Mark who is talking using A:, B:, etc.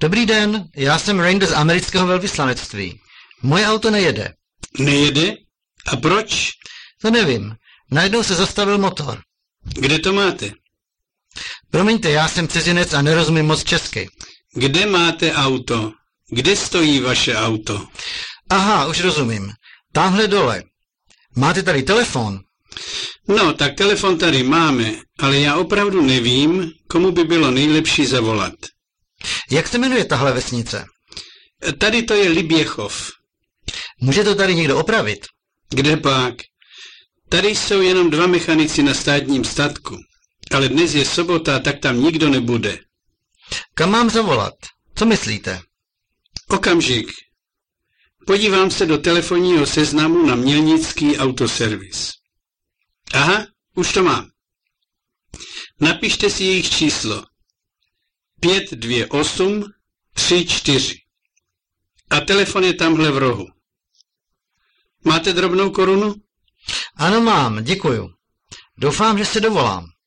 A: Dobrý den, já jsem Rainbow z amerického velvyslanectví. Moje auto nejede.
B: Nejede? A proč?
A: To nevím. Najednou se zastavil motor.
B: Kde to máte?
A: Promiňte, já jsem cizinec a nerozumím moc česky.
B: Kde máte auto? Kde stojí vaše auto?
A: Aha, už rozumím. Tamhle dole. Máte tady telefon?
B: No, tak telefon tady máme, ale já opravdu nevím, komu by bylo nejlepší zavolat.
A: Jak se jmenuje tahle vesnice?
B: E, Tady to je Liběchov.
A: Může to tady někdo opravit?
B: Kde pak? Tady jsou jenom dva mechanici na státním statku. Ale dnes je sobota, tak tam nikdo nebude.
A: Kam mám zavolat? Co myslíte?
B: Okamžik. Podívám se do telefonního seznamu na Mělnický autoservis. Aha, už to mám. Napište si jejich číslo. 528 34. A telefon je tamhle v rohu. Máte drobnou korunu?
A: Ano mám, děkuju. Doufám, že se dovolám.